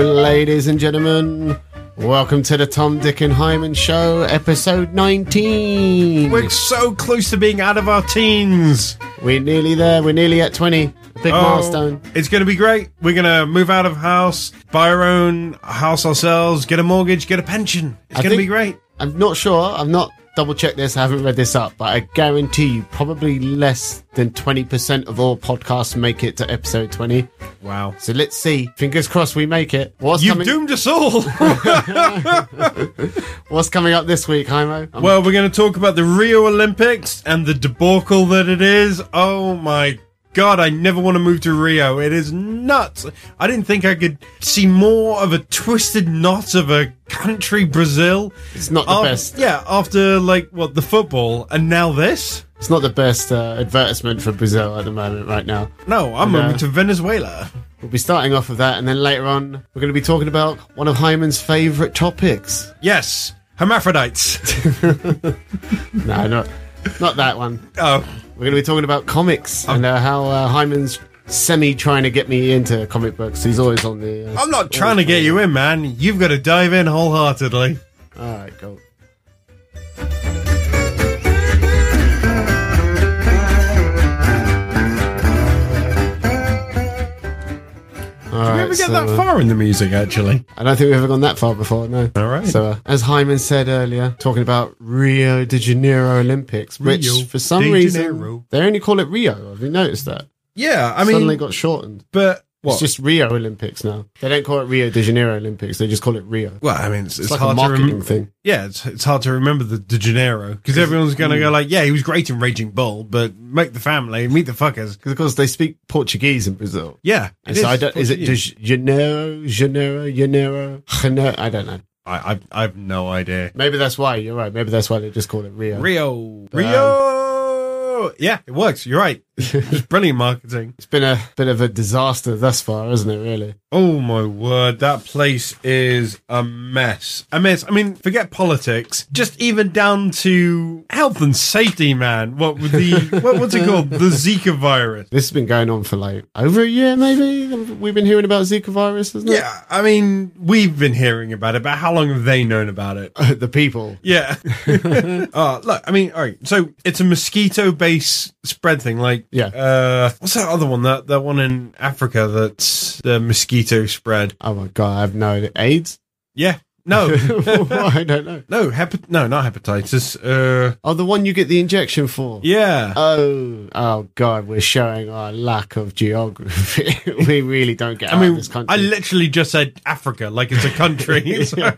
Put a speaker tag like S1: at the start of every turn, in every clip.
S1: ladies and gentlemen. Welcome to the Tom, Dick, and Hyman Show, episode 19.
S2: We're so close to being out of our teens.
S1: We're nearly there. We're nearly at 20. A big
S2: Oh,
S1: milestone.
S2: It's going to be great. We're going to move out of house, buy our own house ourselves, get a mortgage, get a pension. It's
S1: I
S2: going to
S1: think-
S2: be great.
S1: I'm not sure. I've not double checked this. I haven't read this up, but I guarantee you probably less than 20% of all podcasts make it to episode 20.
S2: Wow.
S1: So let's see. Fingers crossed we make it. What's,
S2: You've
S1: coming,
S2: doomed us all.
S1: what's coming up this week, Hymo? I'm-
S2: well, we're going to talk about the Rio Olympics and the debacle that it is. Oh my God, I never want to move to Rio. It is nuts. I didn't think I could see more of a twisted knot of a country, Brazil.
S1: it's not the
S2: Af-
S1: best.
S2: Yeah, after like what the football and now this.
S1: It's not the best uh, advertisement for Brazil at the moment right now.
S2: No, I'm
S1: Yeah.
S2: moving to Venezuela.
S1: We'll be starting off with that, and then later on, we're going to be talking about one of Hyman's favourite topics.
S2: Yes, hermaphrodites.
S1: No, not, not that one.
S2: oh,
S1: We're going to be talking about comics and uh, how uh, Hyman's semi trying to get me into comic books. He's always on the. Uh,
S2: I'm not trying to get you in, man. You've got to dive in wholeheartedly.
S1: All right, go. All
S2: Did
S1: right,
S2: we ever get
S1: so,
S2: that
S1: uh,
S2: far in the music, actually?
S1: I don't think we've ever gone that far before, no.
S2: All right.
S1: So, uh, as Hyman said earlier, talking about Rio de Janeiro Olympics, which
S2: Rio
S1: for some
S2: de
S1: reason
S2: Janeiro.
S1: they only call it Rio. Have you noticed that?
S2: yeah, I
S1: Suddenly
S2: mean,
S1: got shortened.
S2: but what?
S1: It's just Rio Olympics now. They don't call it Rio de Janeiro Olympics. They just call it Rio. It's,
S2: well, I mean, it's, it's
S1: like a
S2: hard to
S1: marketing
S2: remember.
S1: thing.
S2: Yeah, it's, it's hard to remember the De Janeiro because everyone's
S1: mm.
S2: going to go like, "Yeah, he was great in Raging Bull," but make the family, meet the fuckers.
S1: Because of course they speak Portuguese in Brazil.
S2: Yeah, it
S1: And so I don't, is it de
S2: Portuguese.
S1: Janeiro, Janeiro, Janeiro, Janeiro? I don't know.
S2: I, I've, I've no idea.
S1: Maybe that's why. You're right. Maybe that's why they just call it Rio.
S2: Rio. Rio. Yeah, it works. You're right. It's brilliant marketing.
S1: It's been a bit of a disaster thus far, isn't it? Really.
S2: Oh my word, that place is a mess. A mess. I mean, forget politics. Just even down to health and safety, man. What with the what, what's it called? The Zika virus.
S1: This has been going on for like over a year, maybe. We've been hearing about Zika virus, isn't it?
S2: Yeah, I mean, we've been hearing about it, but how long have they known about it?
S1: Yeah. the people.
S2: Yeah. uh, look, I mean, all right. So it's a mosquito-based spread thing. Like,
S1: Yeah.
S2: Uh, what's that other one? That that one in Africa that's the mosquito spread.
S1: Oh my god, I have no idea. AIDS.
S2: Yeah. No.
S1: I don't know.
S2: no. Hepat- no. Not hepatitis. Uh.
S1: Oh, the one you get the injection for.
S2: Yeah.
S1: Oh, oh god, we're showing our lack of geography. we really don't get out
S2: I
S1: of
S2: mean,
S1: this country.
S2: I literally just said Africa, like it's a country. so,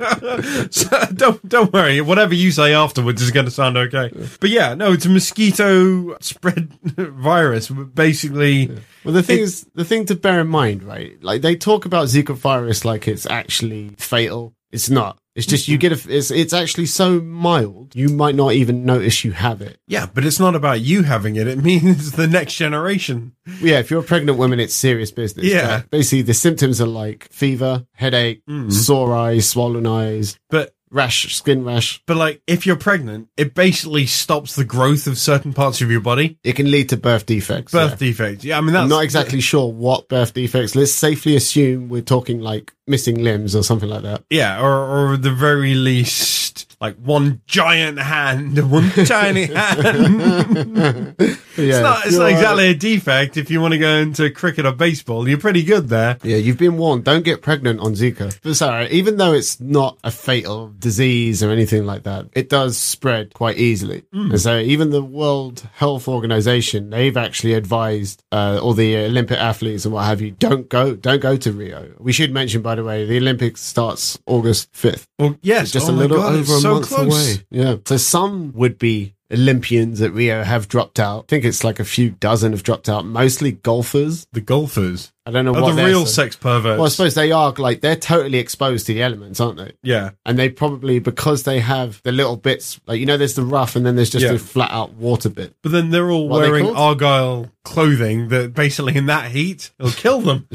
S2: so don't don't worry. Whatever you say afterwards is going to sound okay. But yeah, no, it's a mosquito spread virus. Basically,
S1: well, the thing is, the thing to bear in mind, right? Like they talk about Zika virus like it's actually fatal. It's not. It's just you get a. It's it's actually so mild you might not even notice you have it.
S2: Yeah, but it's not about you having it. It means the next generation.
S1: Yeah, if you're a pregnant woman, it's serious business.
S2: Yeah.
S1: Like, basically, the symptoms are like fever, headache,
S2: Hmm.
S1: sore eyes, swollen eyes,
S2: But
S1: rash, skin rash.
S2: but like if you're pregnant, it basically stops the growth of certain parts of your body.
S1: It can lead to birth defects.
S2: Birth
S1: yeah.
S2: defects. Yeah, I mean that's
S1: I'm not exactly sure what birth defects. Let's safely assume we're talking like missing limbs or something like that.
S2: Yeah, or or at the very least like one giant hand, and one tiny hand.
S1: Yeah,
S2: It's not it's
S1: you're-
S2: not exactly a defect if you want to go into cricket or baseball. You're pretty good there.
S1: Yeah, you've been warned. Don't get pregnant on Zika. But sorry, even though it's not a fatal disease or anything like that, it does spread quite easily.
S2: Hmm.
S1: And so even the World Health Organization, they've actually advised uh, all the Olympic athletes and what have you, don't go, don't go to Rio. We should mention, by the way, the Olympics starts August 5th.
S2: Well, yes,
S1: Just a
S2: oh my
S1: little
S2: God, it's
S1: over a
S2: so
S1: month
S2: close.
S1: away. Yeah. So some would be Olympians at Rio have dropped out. I think it's like a few dozen have dropped out, mostly golfers.
S2: The golfers
S1: I don't know what
S2: are Oh, the
S1: they're
S2: real
S1: so-
S2: sex perverts.
S1: well, I suppose they are like they're totally exposed to the elements, aren't they?
S2: yeah,
S1: And they probably because they have the little bits, like you know, there's the rough, and then there's just
S2: Yeah.
S1: the flat out water bit.
S2: But then they're all
S1: What are they
S2: wearing
S1: called?
S2: argyle clothing that basically in that heat it'll kill them.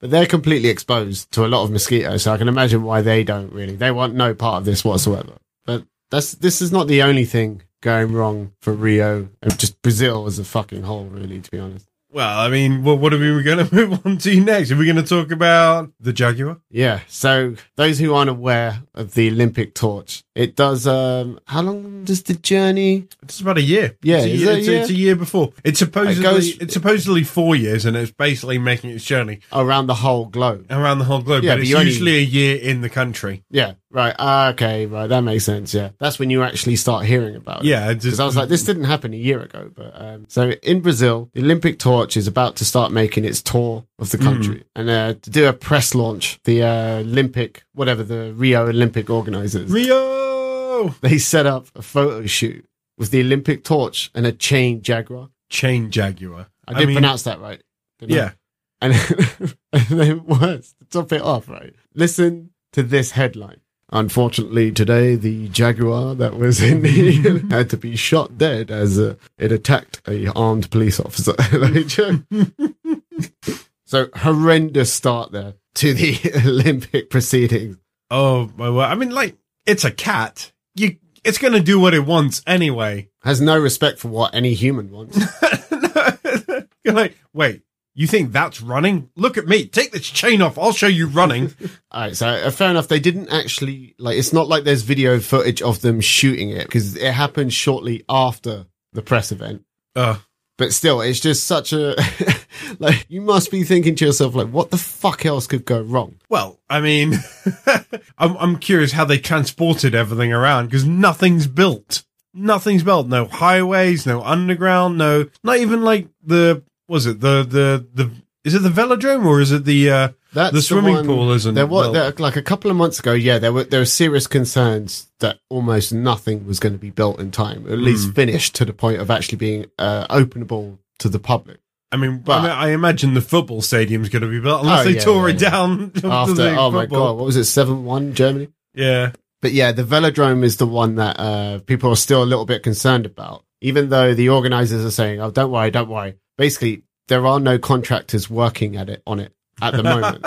S1: But they're completely exposed to a lot of mosquitoes, so I can imagine why they don't really. They want no part of this whatsoever. But that's this is not the only thing going wrong for Rio and just Brazil as a fucking whole, really. To be honest,
S2: Well, I mean, what, what are we going to move on to next? Are we going to talk about the Jaguar?
S1: Yeah. So those who aren't aware of the Olympic torch, it does. Um, how long does the journey?
S2: It's about a year.
S1: Yeah,
S2: it's a
S1: is
S2: year,
S1: it a
S2: it's, a-
S1: year?
S2: it's a year before. It's supposedly
S1: goes-
S2: it's supposedly four years, and it's basically making its journey
S1: around the whole globe.
S2: around the whole globe.
S1: Yeah,
S2: but
S1: but
S2: it's
S1: you only-
S2: usually a year in the country.
S1: Yeah, right. Ah, okay, right. That makes sense. Yeah, that's when you actually start hearing about it.
S2: Yeah, it's
S1: Oh, Because I was like, this didn't happen a year ago. But um, so in Brazil, the Olympic torch is about to start making its tour of
S2: Hmm.
S1: the country, and uh, to do a press launch, the uh, Olympic, whatever the Rio Olympic organizers,
S2: Rio
S1: they set up a photo shoot with the Olympic torch and a chain jaguar.
S2: chain Jaguar.
S1: I did
S2: mean,
S1: pronounce that right. didn't I?
S2: Yeah,
S1: And, and then worse, to top it off, right? Listen to this headline. Unfortunately, today the jaguar that was in the had to be shot dead as uh, it attacked a armed police officer. Like, so horrendous start there to the Olympic proceedings.
S2: Oh my word! I mean, like it's a cat. You, it's going to do what it wants anyway.
S1: Has no respect for what any human wants.
S2: You're like, wait, you think that's running? Look at me. Take this chain off. I'll show you running.
S1: All right, so uh, fair enough. They didn't actually like. It's not like there's video footage of them shooting it because it happened shortly after the press event.
S2: uh,
S1: but still it's just such a like you must be thinking to yourself like what the fuck else could go wrong
S2: well, I mean, I'm, I'm curious how they transported everything around because nothing's built. Nothing's built. No highways. No underground. No, not even like the was it the the the is it the velodrome or is it the uh,
S1: that's
S2: the swimming
S1: one-
S2: pool? Isn't
S1: there was
S2: built.
S1: there, like a couple of months ago yeah there were there were serious concerns that almost nothing was going to be built in time at least
S2: Mm.
S1: finished to the point of actually being uh, openable to the public
S2: I mean, I,
S1: But-
S2: mean, I imagine the football stadium's going to be built unless
S1: Oh,
S2: they
S1: yeah,
S2: tore
S1: yeah,
S2: it
S1: yeah.
S2: down after
S1: after
S2: the
S1: oh my
S2: football.
S1: god what was it 7-1 germany
S2: Yeah,
S1: But yeah, the velodrome is the one that uh, people are still a little bit concerned about, even though the organizers are saying, "Oh, don't worry, don't worry." Basically, there are no contractors working at it on it at the moment.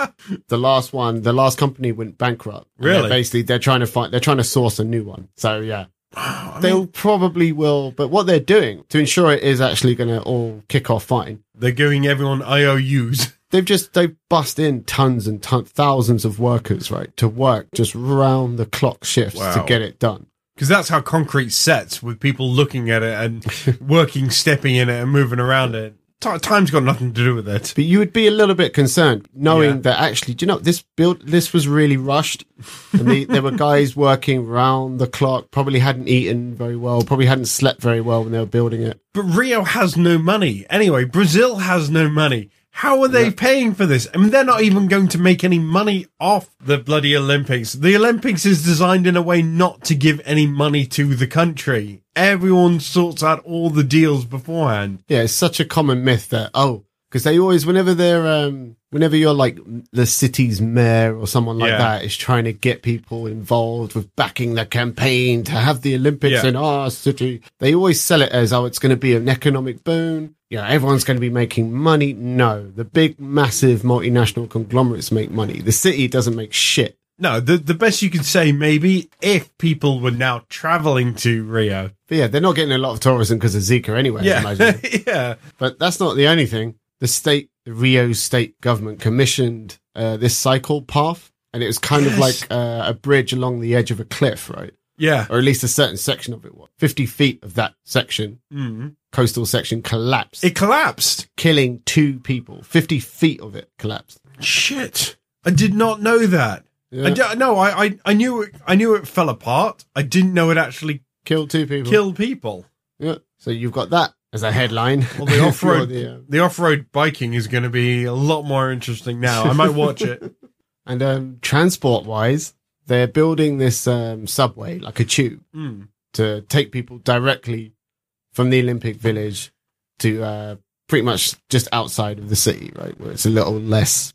S1: the last one, the last company went bankrupt. And they're
S2: Really?
S1: basically, they're trying to find, they're trying to source a new one. So yeah,
S2: I
S1: they
S2: mean,
S1: will probably will. But what they're doing to ensure it is actually going to all kick off fine,
S2: they're giving everyone IOUs.
S1: they've just they bust in tons and ton- thousands of workers right to work just round the clock shifts to
S2: Wow.
S1: get it done.
S2: Because that's how concrete sets with people looking at it and working, stepping in it and moving around it. Ti time's got nothing to do with it.
S1: But you would be a little bit concerned knowing
S2: Yeah.
S1: that actually, do you know this build? This was really rushed, and the, there were guys working round the clock. Probably hadn't eaten very well. Probably hadn't slept very well when they were building it.
S2: But Rio has no money. Anyway, Brazil has no money. How are they paying for this? I mean, they're not even going to make any money off the bloody Olympics. The Olympics is designed in a way not to give any money to the country. Everyone sorts out all the deals beforehand.
S1: Yeah, it's such a common myth that oh, because they always whenever they're um, whenever you're like the city's mayor or someone like
S2: Yeah.
S1: that is trying to get people involved with backing the campaign to have the Olympics
S2: Yeah.
S1: in our city, they always sell it as oh, it's going to be an economic boon. Yeah, everyone's going to be making money. No, the big, massive multinational conglomerates make money. The city doesn't make shit.
S2: No, the, the best you could say maybe if people were now traveling to Rio.
S1: But yeah, they're not getting a lot of tourism because of Zika anyway. I imagine.
S2: Yeah. yeah.
S1: But that's not the only thing. The state, the Rio state government commissioned uh, this cycle path, and it was kind of
S2: Yes.
S1: like uh, a bridge along the edge of a cliff, right?
S2: Yeah.
S1: Or at least a certain section of it was. 50 feet of that section,
S2: Mm.
S1: coastal section, collapsed,
S2: It collapsed.
S1: killing two people. 50 feet of it collapsed.
S2: Shit. I did not know that. I
S1: Yeah,
S2: d- no, I, I, I knew it, I knew it fell apart. I didn't know it actually
S1: killed two people.
S2: killed people.
S1: Yeah. So you've got that as a headline.
S2: Well, the
S1: for
S2: off-road-
S1: the, uh,
S2: The off-road biking is going to be a lot more interesting now. I might watch it.
S1: and um, transport wise, they're building this um, subway, like a tube.
S2: Mm.
S1: to take people directly from the Olympic Village to uh, pretty much just outside of the city, right? Where it's a little less,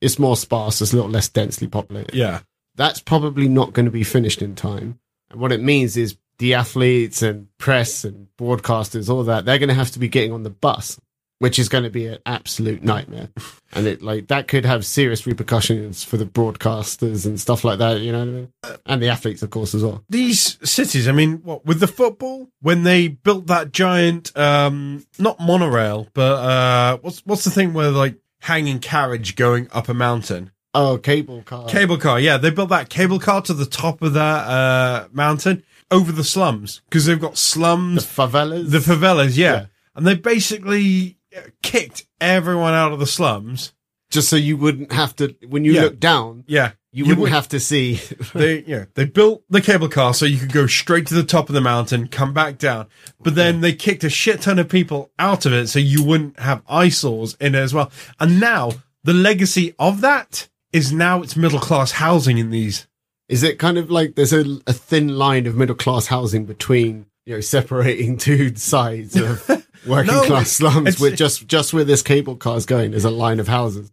S1: it's more sparse, it's a little less densely populated.
S2: Yeah.
S1: That's probably not going to be finished in time. And what it means is the athletes and press and broadcasters, all that, they're going to have to be getting on the bus which is going to be an absolute nightmare. And it like that could have serious repercussions for the broadcasters and stuff like that. You know what I mean? And the athletes, of course, as well.
S2: these cities, I mean, what with the football when they built that giant, um, not monorail, but uh, what's what's the thing where like hanging carriage going up a mountain?
S1: Oh, cable car.
S2: Cable car, yeah, they built that cable car to the top of that uh, mountain over the slums because they've got
S1: the
S2: slums,
S1: favelas.
S2: the favelas, yeah.
S1: Yeah.
S2: and they basically kicked everyone out of the slums.
S1: just so you wouldn't have to when you
S2: Yeah.
S1: look down,
S2: Yeah,
S1: you,
S2: You
S1: wouldn't
S2: would-
S1: have to see.
S2: they yeah they built the cable car so you could go straight to the top of the mountain come back down but then they kicked a shit ton of people out of it so you wouldn't have eyesores in it as well and now the legacy of that is now it's middle class housing in these
S1: Is it kind of like there's a, a thin line of middle class housing between you know separating two sides of working
S2: No,
S1: class
S2: it's-
S1: slums with just just where this cable car is going? There's a line of houses.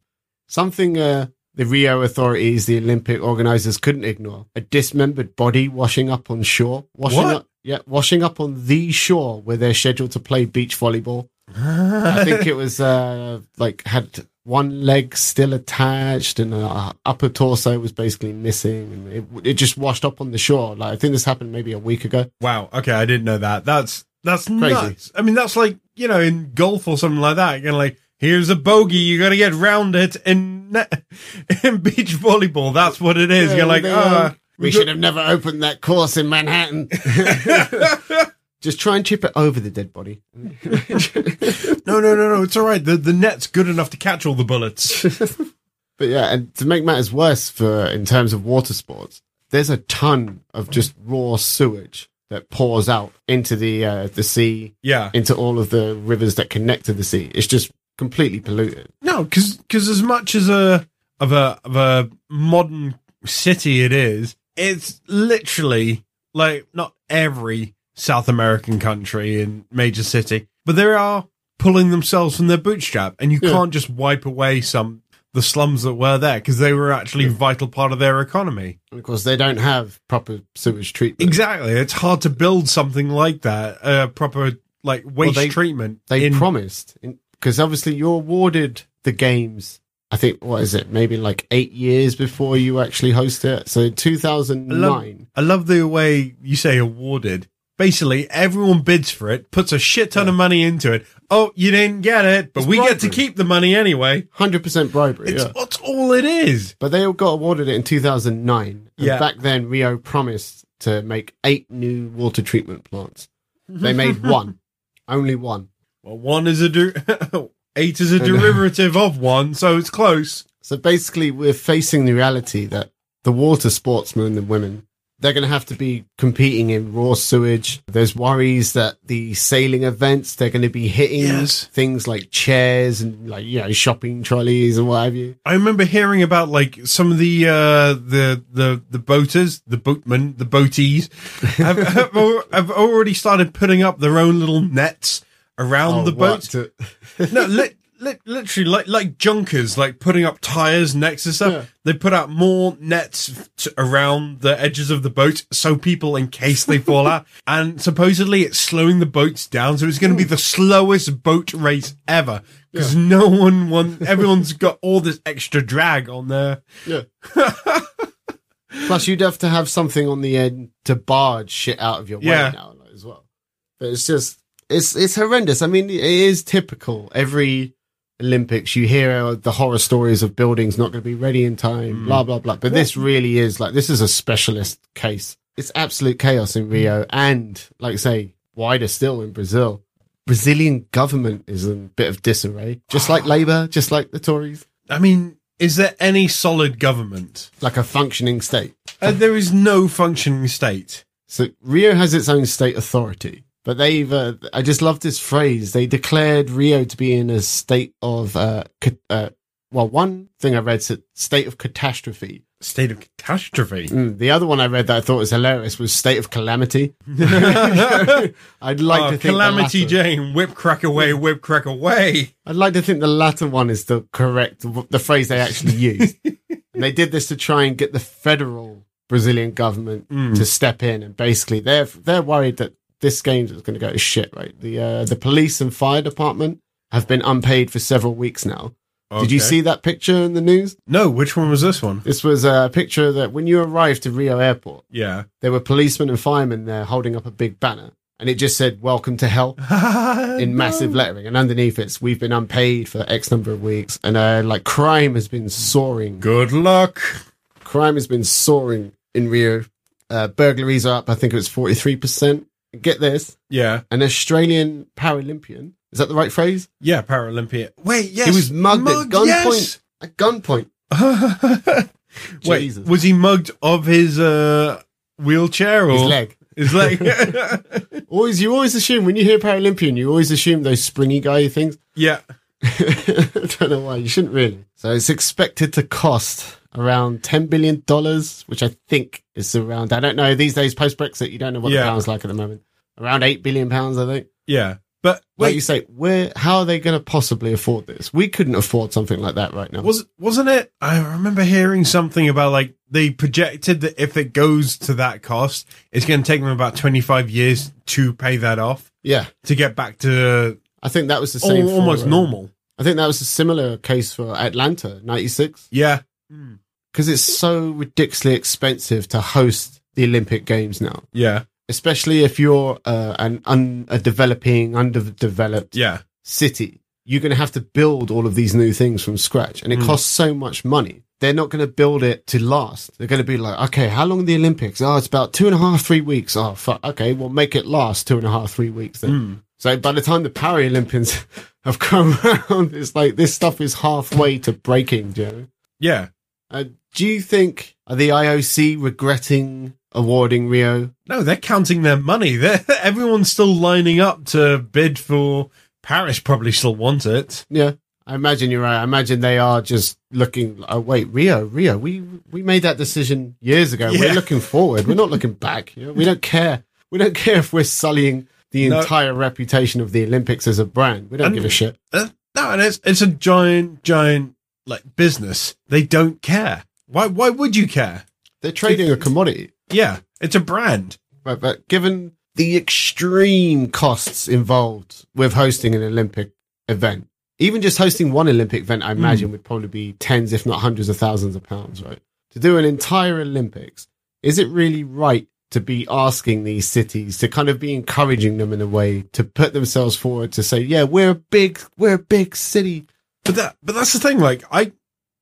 S1: Something uh, the Rio authorities, the Olympic organizers couldn't ignore: a dismembered body washing up on shore, washing
S2: What?
S1: up. Yeah, washing up on the shore where they're scheduled to play beach volleyball. I think it was uh, like had one leg still attached and uh, upper torso was basically missing and it, it just washed up on the shore. Like I think this happened maybe a week ago.
S2: wow okay i didn't know that that's that's
S1: Crazy.
S2: nuts i mean that's like you know in golf or something like that you're like here's a bogey you gotta get round it in net- in beach volleyball that's what it is you're like
S1: They,
S2: ah.
S1: um, we should have never opened that course in Manhattan. just try and chip it over the dead body.
S2: No, no, no, no. It's all right. The the net's good enough to catch all the bullets.
S1: But yeah, and to make matters worse for in terms of water sports, there's a ton of just raw sewage that pours out into the uh, the sea,
S2: yeah.
S1: into all of the rivers that connect to the sea. It's just completely polluted.
S2: No, because as much as a of a of a modern city it is, it's literally like not every South American country and major city, but they are pulling themselves from their bootstrap, and you
S1: Yeah.
S2: can't just wipe away some the slums that were there because they were actually a vital part of their economy.
S1: And of course, they don't have proper sewage treatment.
S2: Exactly. It's hard to build something like that, a proper like waste
S1: they-
S2: treatment.
S1: They
S2: in-
S1: promised because obviously you're awarded the games. I think what is it? Maybe like eight years before you actually host it. So in 2009,
S2: I love the way you say awarded. Basically, everyone bids for it, puts a shit ton of money into it. Oh, you didn't get it, but
S1: It's
S2: we get to
S1: bribery.
S2: keep the money anyway.
S1: 100% bribery.
S2: It's
S1: yeah.
S2: that's all it is.
S1: But they all got awarded it in 2009. And
S2: Yeah.
S1: back then, Rio promised to make eight new water treatment plants. They made one, only one.
S2: Well, one is a der- eight is a derivative of one, so it's close.
S1: So basically, we're facing the reality that the water sportsmen and women they're going to have to be competing in raw sewage. There's worries that the sailing events they're going to be hitting
S2: Yes.
S1: things like chairs and like you know shopping trolleys and what have you.
S2: I remember hearing about like some of the uh, the the the boaters, the boatmen, the boaties have, have, al- have already started putting up their own little nets around the
S1: what?
S2: boats. no, li- li- literally, like like junkers, like putting up tires next to stuff.
S1: Yeah.
S2: They put out more nets f- to, around the edges of the boat so people, in case they fall out. And supposedly, it's slowing the boats down, so it's going to be
S1: Hmm.
S2: the slowest boat race ever because no one won. Everyone's got all this extra drag on their.
S1: Yeah. Plus, you'd have to have something on the end to barge shit out of your
S2: Yeah.
S1: way now like, as well. But it's just it's it's horrendous. I mean, it is typical. Every Olympics, you hear the horror stories of buildings not going to be ready in time, blah blah blah. But this really is like this is a specialist case. It's absolute chaos in Rio, and like I say, wider still in Brazil. Brazilian government is in a bit of disarray, just like Labour, just like the Tories,
S2: I mean, is there any solid government?
S1: like a functioning state.
S2: Uh, there is no functioning state.
S1: So Rio has its own state authority, but they've. Uh, I just love this phrase. They declared Rio to be in a state of. Uh, ca- uh, well, one thing I read said state of catastrophe.
S2: State of catastrophe.
S1: Mm, the other one I read that I thought was hilarious was state of calamity. I'd like
S2: Oh,
S1: to think
S2: Calamity
S1: calamity. The latter,
S2: Jane, whip crack away, whip crack away.
S1: I'd like to think the latter one is the correct the phrase they actually used. and they did this to try and get the federal Brazilian government to step in and basically they're they're worried that this game is going to go to shit right the uh, the police and fire department have been unpaid for several weeks now. Did you
S2: Okay.
S1: see that picture in the news?
S2: No, which one was this one?
S1: This was a picture that when you arrived to Rio Airport,
S2: Yeah.
S1: there were policemen and firemen there holding up a big banner, and it just said "Welcome to Hell" in
S2: um,
S1: massive lettering, and underneath it's "We've been unpaid for X number of weeks," and uh, like crime has been soaring.
S2: Good luck.
S1: Crime has been soaring in Rio. Uh, burglaries are up. I think it was forty three percent. Get this:
S2: Yeah.
S1: an Australian Paralympian. Is that the right phrase?
S2: Yeah, Paralympian. Wait, yes.
S1: He was mugged, at gunpoint. At gunpoint.
S2: yes! Wait,
S1: Jesus.
S2: was he mugged of his uh, wheelchair or
S1: His leg.
S2: His leg.
S1: Always, you always assume when you hear Paralympian, you always assume those springy guy things.
S2: yeah.
S1: I don't know why you shouldn't really. So it's expected to cost around ten billion dollars, which I think is around. I don't know these days post Brexit. You don't know what
S2: Yeah.
S1: the pound's like at the moment. Around eight billion pounds, I think.
S2: Yeah. But
S1: Wait,
S2: wait,
S1: like you say, where? How are they going to possibly afford this? We couldn't afford something like that right now.
S2: was wasn't it? I remember hearing something about like they projected that if it goes to that cost, it's going to take them about twenty five years to pay that off
S1: yeah,
S2: to get back to
S1: I think that was the
S2: al-
S1: same. for,
S2: almost
S1: uh,
S2: normal.
S1: I think that was a similar case for Atlanta '96
S2: Yeah.
S1: because it's so ridiculously expensive to host the Olympic Games now.
S2: Yeah.
S1: Especially if you're uh, an un- a developing, underdeveloped
S2: Yeah.
S1: city, you're going to have to build all of these new things from scratch, and it
S2: Mm.
S1: costs so much money. They're not going to build it to last. They're going to be like, okay, how long are the Olympics? Oh, it's about two and a half, three weeks. Oh, fuck. Okay, we'll make it last two and a half, three weeks then.
S2: Mm.
S1: So by the time the Paralympians have come around, it's like this stuff is halfway to breaking, do you know?
S2: Yeah.
S1: Uh, do you think are the IOC regretting awarding Rio?
S2: No, they're counting their money. They're, everyone's still lining up to bid for Paris. Probably still want it.
S1: Yeah, I imagine you're right. I imagine they are just looking. Oh wait, Rio, Rio, we we made that decision years ago.
S2: Yeah.
S1: We're looking forward. We're not looking back. You know, we don't care. We don't care if we're sullying the
S2: No.
S1: entire reputation of the Olympics as a brand. We don't
S2: And-
S1: give a shit.
S2: Uh, no, and it's it's a giant, giant like business. They don't care. Why? Why would you care?
S1: They're trading a commodity.
S2: Yeah, it's a brand.
S1: But, but given the extreme costs involved with hosting an Olympic event, even just hosting one Olympic event, I imagine would probably be tens, if not hundreds of thousands of pounds, right? To do an entire Olympics, is it really right to be asking these cities to kind of be encouraging them in a way to put themselves forward to say, yeah, we're a big, we're a big city.
S2: But that, but that's the thing. Like I,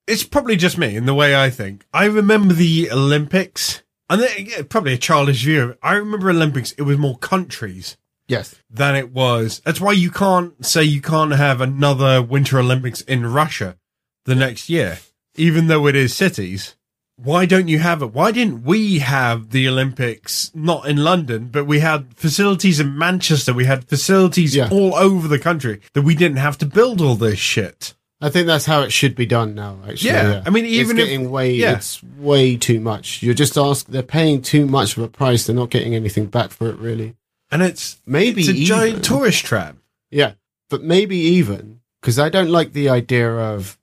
S2: it's probably just me in the way I think. I remember the Olympics, and it, yeah, probably a childish view. of it. I remember Olympics. It was more countries
S1: Yes.
S2: than it was. That's why you can't say you can't have another Winter Olympics in Russia the next year, even though it is cities. Why don't you have it? Why didn't we have the Olympics not in London, but we had facilities in Manchester? We had facilities
S1: Yeah.
S2: all over the country that we didn't have to build all this shit.
S1: I think that's how it should be done now. Actually,
S2: Yeah, I mean, even if-
S1: it's getting way,
S2: yeah.
S1: it's way too much. You're just ask they're paying too much of a price. They're not getting anything back for it, really.
S2: And it's
S1: Maybe
S2: it's a
S1: even,
S2: giant tourist trap.
S1: yeah, but maybe even because I don't like the idea of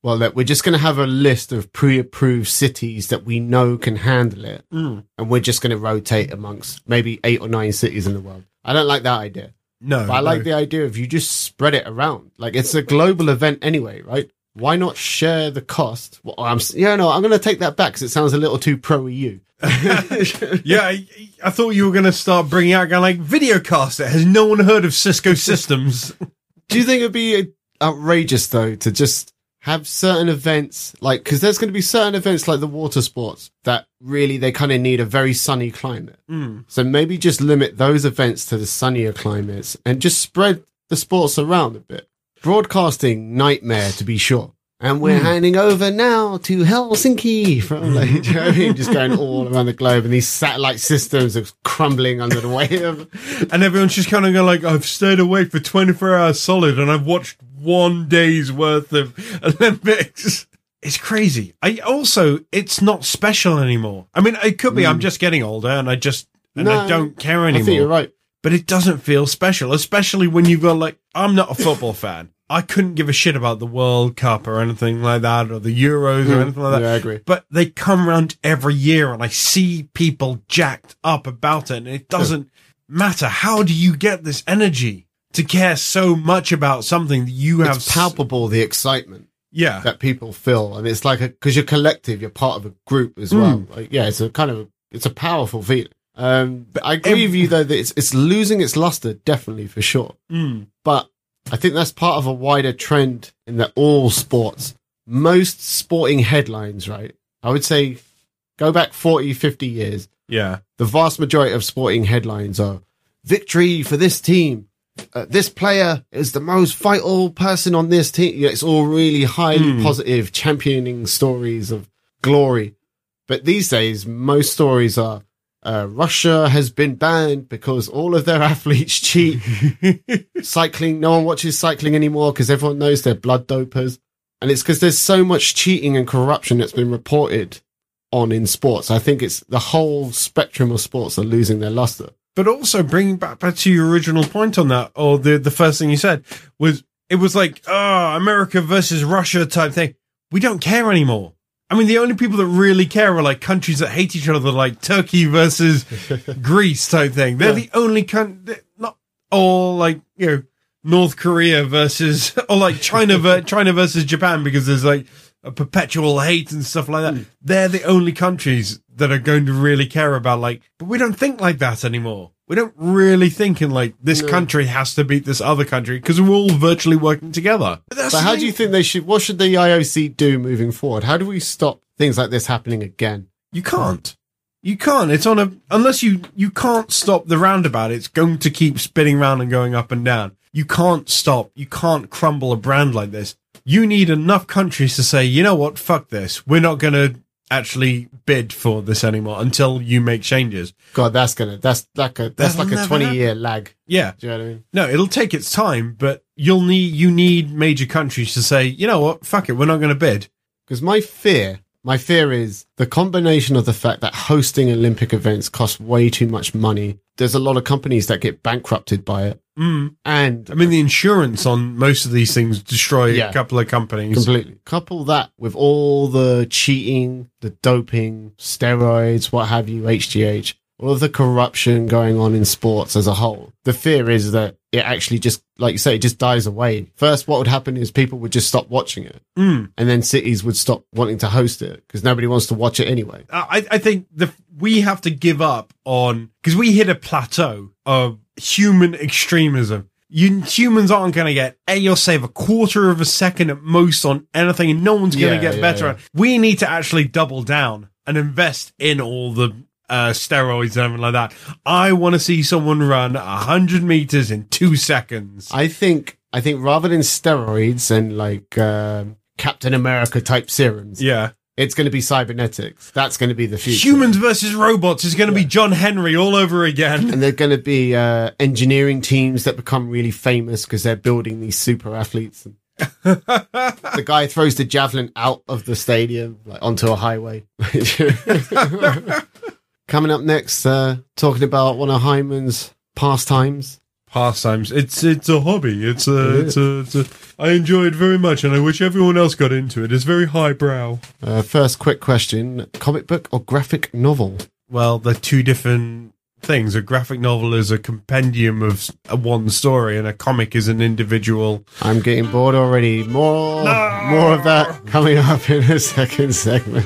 S1: well, look, we're just going to have a list of pre-approved cities that we know can handle it,
S2: Hmm.
S1: and we're just going to rotate amongst maybe eight or nine cities in the world. I don't like that idea.
S2: No,
S1: But I like
S2: no.
S1: the idea of you just spread it around. Like it's a global event anyway, right? Why not share the cost? Well, I'm s- yeah, no, I'm going to take that back because it sounds a little too pro EU.
S2: yeah, I, I thought you were going to start bringing out kind of like video cast. Has no one heard of Cisco Systems?
S1: Do you think it'd be outrageous though to just have certain events like because there's going to be certain events like the water sports that really they kind of need a very sunny climate.
S2: Mm.
S1: So maybe just limit those events to the sunnier climates and just spread the sports around a bit. Broadcasting nightmare to be sure. And
S2: Hmm.
S1: we're handing over now to Helsinki from like, do you know what I mean? just going all around the globe and these satellite systems are crumbling under the weight of
S2: And everyone's just kind of going like, I've stayed awake for 24 hours solid and I've watched one day's worth of Olympics. It's crazy. I also, it's not special anymore. I mean, it could be I'm just getting older and I just, and
S1: Hmm.
S2: I
S1: No,
S2: don't care
S1: I think you're
S2: anymore.
S1: right.
S2: But it doesn't feel special, especially when you've got like, I'm not a football fan. I couldn't give a shit about the World Cup or anything like that or the Euros
S1: Hmm.
S2: or anything like that
S1: Yeah, I agree.
S2: but they come round every year and I see people jacked up about it and it doesn't matter. How do you get this energy? to care so much about something that you have
S1: It's palpable the excitement
S2: yeah
S1: that people feel, and it's like because you're collective, you're part of a group as well. Like, yeah, it's a kind of it's a powerful feeling. Um, but I agree with you though that it's it's losing its luster definitely for sure.
S2: Mm.
S1: but I think that's part of a wider trend in that all sports, most sporting headlines, right? I would say go back 40, 50 years,
S2: yeah
S1: the vast majority of sporting headlines are victory for this team. Uh, this player is the most vital person on this team. Yeah, it's all really highly positive, championing stories of glory. But these days, most stories are uh, Russia has been banned because all of their athletes cheat. cycling, no one watches cycling anymore because everyone knows they're blood dopers. And it's because there's so much cheating and corruption that's been reported on in sports. I think it's the whole spectrum of sports are losing their luster.
S2: but also bringing back back to your original point on that or the the first thing you said was it was like oh america versus russia type thing we don't care anymore i mean the only people that really care are like countries that hate each other like turkey versus greece type thing they're
S1: Yeah.
S2: the only country not all like you know north korea versus or like china ver- china versus japan because there's like a perpetual hate and stuff like that they're the only countries that are going to really care about like but we don't think like that anymore we don't really think in like this country has to beat this other country because we're all virtually working together But that's
S1: So
S2: the
S1: how
S2: thing.
S1: do you think they should? What should the IOC do moving forward? How do we stop things like this happening again?
S2: you can't you can't it's on a unless you you can't stop the roundabout it's going to keep spinning round and going up and down you can't stop you can't crumble a brand like this you need enough countries to say you know what fuck this we're not going to actually bid for this anymore until you make changes
S1: God, that's gonna that's like a that's
S2: That'll
S1: like a
S2: never
S1: twenty year lag.
S2: yeah
S1: Do you know what I mean?
S2: No, it'll take its time, but you'll need you need major countries to say, you know what, fuck it, we're not going to bid.
S1: Because my fear, my fear is the combination of the fact that hosting Olympic events costs way too much money. There's a lot of companies that get bankrupted by it,
S2: Mm.
S1: and
S2: I mean, the insurance on most of these things destroy
S1: Yeah.
S2: a couple of companies.
S1: Completely. Couple that with all the cheating, the doping, steroids, what have you, HGH, all of the corruption going on in sports as a whole. The fear is that it actually just, like you say, it just dies away. First, what would happen is people would just stop watching it,
S2: Mm.
S1: and then cities would stop wanting to host it because nobody wants to watch it anyway.
S2: Uh, I, I think the we have to give up on because we hit a plateau of human extremism. You humans aren't going to get a. You'll save a quarter of a second at most on anything, and no one's going to
S1: Yeah,
S2: get
S1: yeah,
S2: better.
S1: yeah.
S2: at- We need to actually double down and invest in all the uh, steroids and everything like that. I want to see someone run hundred meters in two seconds.
S1: I think, I think rather than steroids and like um, Captain America type serums,
S2: yeah,
S1: it's going to be cybernetics. That's going to be the future.
S2: humans versus robots is going to be John Henry all over again.
S1: and they're going to be uh, engineering teams that become really famous because they're building these super athletes. And the guy throws the javelin out of the stadium, like onto a highway. Coming up next, uh, talking about one of Hyman's pastimes.
S2: pastimes. It's it's a hobby. It's
S1: It
S2: a, it's a it's a. I enjoy it very much, and I wish everyone else got into it. It's very highbrow.
S1: Uh, first, quick question: comic book or graphic novel?
S2: Well, they're two different things. A graphic novel is a compendium of s- uh, one story, and a comic is an individual.
S1: I'm getting bored already. More, more of that coming up in a second segment.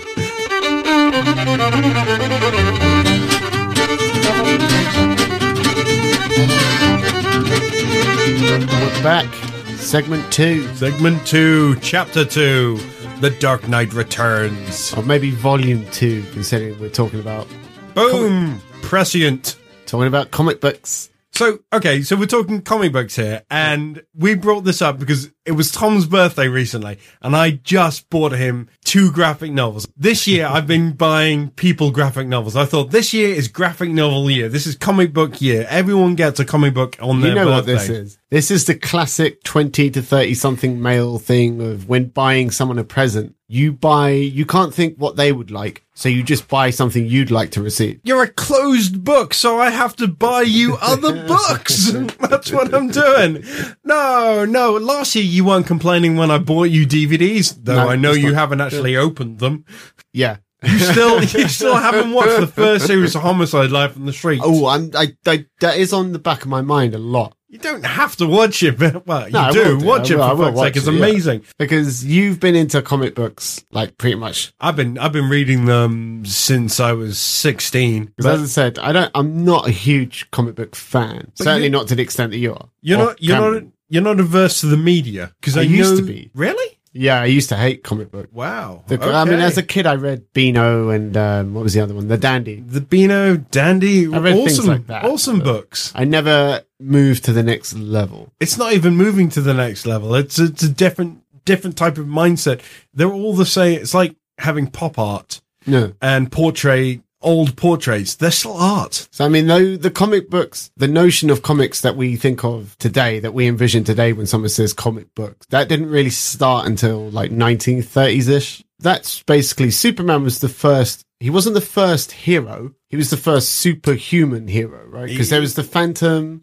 S1: We're back. Segment two,
S2: Segment two, chapter two, The Dark Knight Returns.
S1: or maybe volume two, considering we're talking about
S2: Boom, prescient.
S1: talking about comic books.
S2: So, okay, so we're talking comic books here, and we brought this up because it was Tom's birthday recently, and I just bought him two graphic novels. This year, I've been buying people graphic novels. I thought this year is graphic novel year. This is comic book year. Everyone gets a comic book on their
S1: You know what
S2: birthday.
S1: this is. This is the classic 20 to 30 something male thing of when buying someone a present, you buy, you can't think what they would like. So you just buy something you'd like to receive.
S2: You're a closed book, so I have to buy you other books. That's what I'm doing. No, no. Last year, you weren't complaining when I bought you DVDs, though
S1: No,
S2: I know
S1: that's
S2: you
S1: not-
S2: haven't actually opened them.
S1: Yeah.
S2: You still, you still haven't watched the first series of Homicide: Life on the Street.
S1: Oh, I'm, I, I, that is on the back of my mind a lot.
S2: You don't have to watch it, but well, you
S1: No, I
S2: do
S1: will do.
S2: watch
S1: I
S2: it
S1: will- I
S2: for
S1: will
S2: fuck's
S1: watch
S2: sake. It's
S1: it, yeah.
S2: amazing.
S1: because you've been into comic books like pretty much.
S2: I've been I've been reading them since I was sixteen.
S1: Because as I said, I don't. I'm not a huge comic book fan. Certainly
S2: you-
S1: not to the extent that you are.
S2: You're
S1: Or
S2: not you're
S1: Cameron.
S2: not you're not averse to the media because I,
S1: I used
S2: know-
S1: to be.
S2: Really?
S1: Yeah, I used to hate comic books.
S2: Wow.
S1: The- I mean,
S2: Okay.
S1: as a kid, I read Beano and um, what was the other one? The Dandy.
S2: the Beano Dandy,
S1: I read
S2: awesome,
S1: things like that.
S2: awesome books.
S1: I never moved to the next level.
S2: It's not even moving to the next level. It's it's a different different type of mindset. They're all the same. It's like having pop art
S1: No.
S2: and portrait old portraits. They're still art.
S1: So I mean, though the comic books, the notion of comics that we think of today, that we envision today, when someone says comic books, that didn't really start until like 1930s ish. That's basically Superman was the first. He wasn't the first hero. He was the first superhuman hero, right? Because there was the Phantom,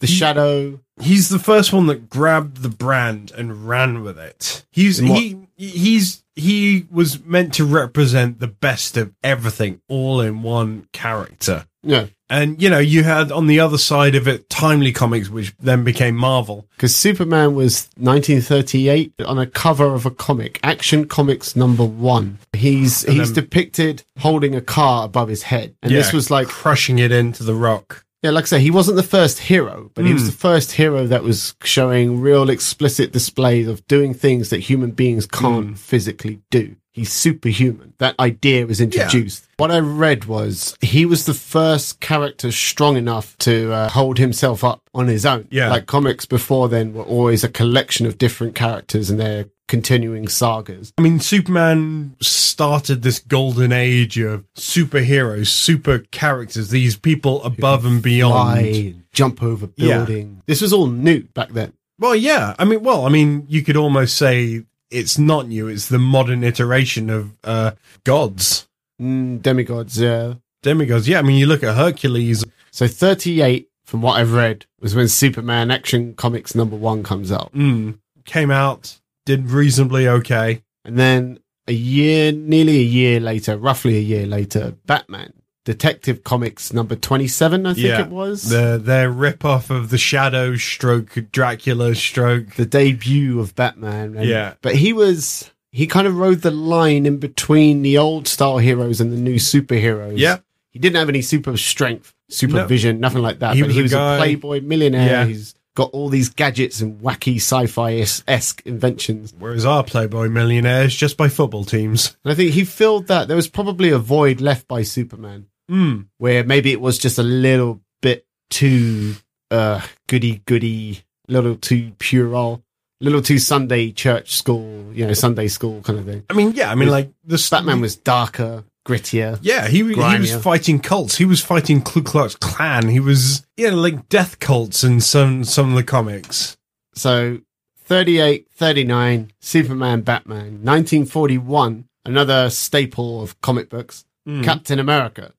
S1: the Shadow.
S2: He's the first one that grabbed the brand and ran with it. He's
S1: And what-
S2: he he's he was meant to represent the best of everything all in one character.
S1: Yeah.
S2: And you know, you had on the other side of it Timely Comics, which then became Marvel.
S1: Because Superman was 1938 on a cover of a comic, Action Comics number one. He's
S2: And
S1: he's
S2: then-
S1: depicted holding a car above his head, and this
S2: Yeah,
S1: was like
S2: crushing it into the rock.
S1: yeah, like I say, he wasn't the first hero, but
S2: Hmm.
S1: he was the first hero that was showing real explicit displays of doing things that human beings
S2: Hmm.
S1: can't physically do. He's superhuman. That idea was introduced. What I read was he was the first character strong enough to uh, hold himself up on his own.
S2: Yeah.
S1: Like comics before then were always a collection of different characters and their continuing sagas.
S2: I mean, Superman started this golden age of superheroes, super characters, these people above and beyond.
S1: Fly, jump over
S2: Yeah.
S1: building. This was all new back then.
S2: Well, yeah. I mean, well, I mean, you could almost say it's not new. It's the modern iteration of uh, gods,
S1: Mm, demigods, yeah.
S2: demigods. Yeah, I mean, you look at Hercules.
S1: So 38, from what I've read, was when Superman Action Comics number one comes out.
S2: Mm, came out, did reasonably okay.
S1: And then a year, nearly a year later, roughly a year later, Batman, Detective Comics number 27, I think
S2: Yeah.
S1: it was. The-
S2: The their rip off of the Shadow stroke, Dracula stroke.
S1: debut of Batman. And-
S2: Yeah.
S1: But he was, he kind of rode the line in between the old style heroes and the new superheroes.
S2: Yeah.
S1: He didn't have any super strength, super
S2: No.
S1: vision, nothing like that.
S2: He
S1: but
S2: was
S1: he
S2: a
S1: was
S2: guy-
S1: a playboy millionaire.
S2: Yeah.
S1: He's got all these gadgets and wacky sci-fi esque inventions.
S2: Whereas our Playboy millionaires just by football teams.
S1: And I think he filled that. There was probably a void left by Superman
S2: Mm.
S1: where maybe it was just a little bit too uh, goody goody, little too puerile, little too Sunday church school, you know, Sunday school kind of thing.
S2: I mean, yeah, I mean, like the
S1: Batman was darker, grittier.
S2: Yeah, he he was
S1: Grimier.
S2: fighting cults. He was fighting Ku Klux Klan. He was yeah, like death cults in some some of the comics.
S1: So 38, 39, Superman, Batman, 1941, another staple of comic books,
S2: Hmm.
S1: Captain America.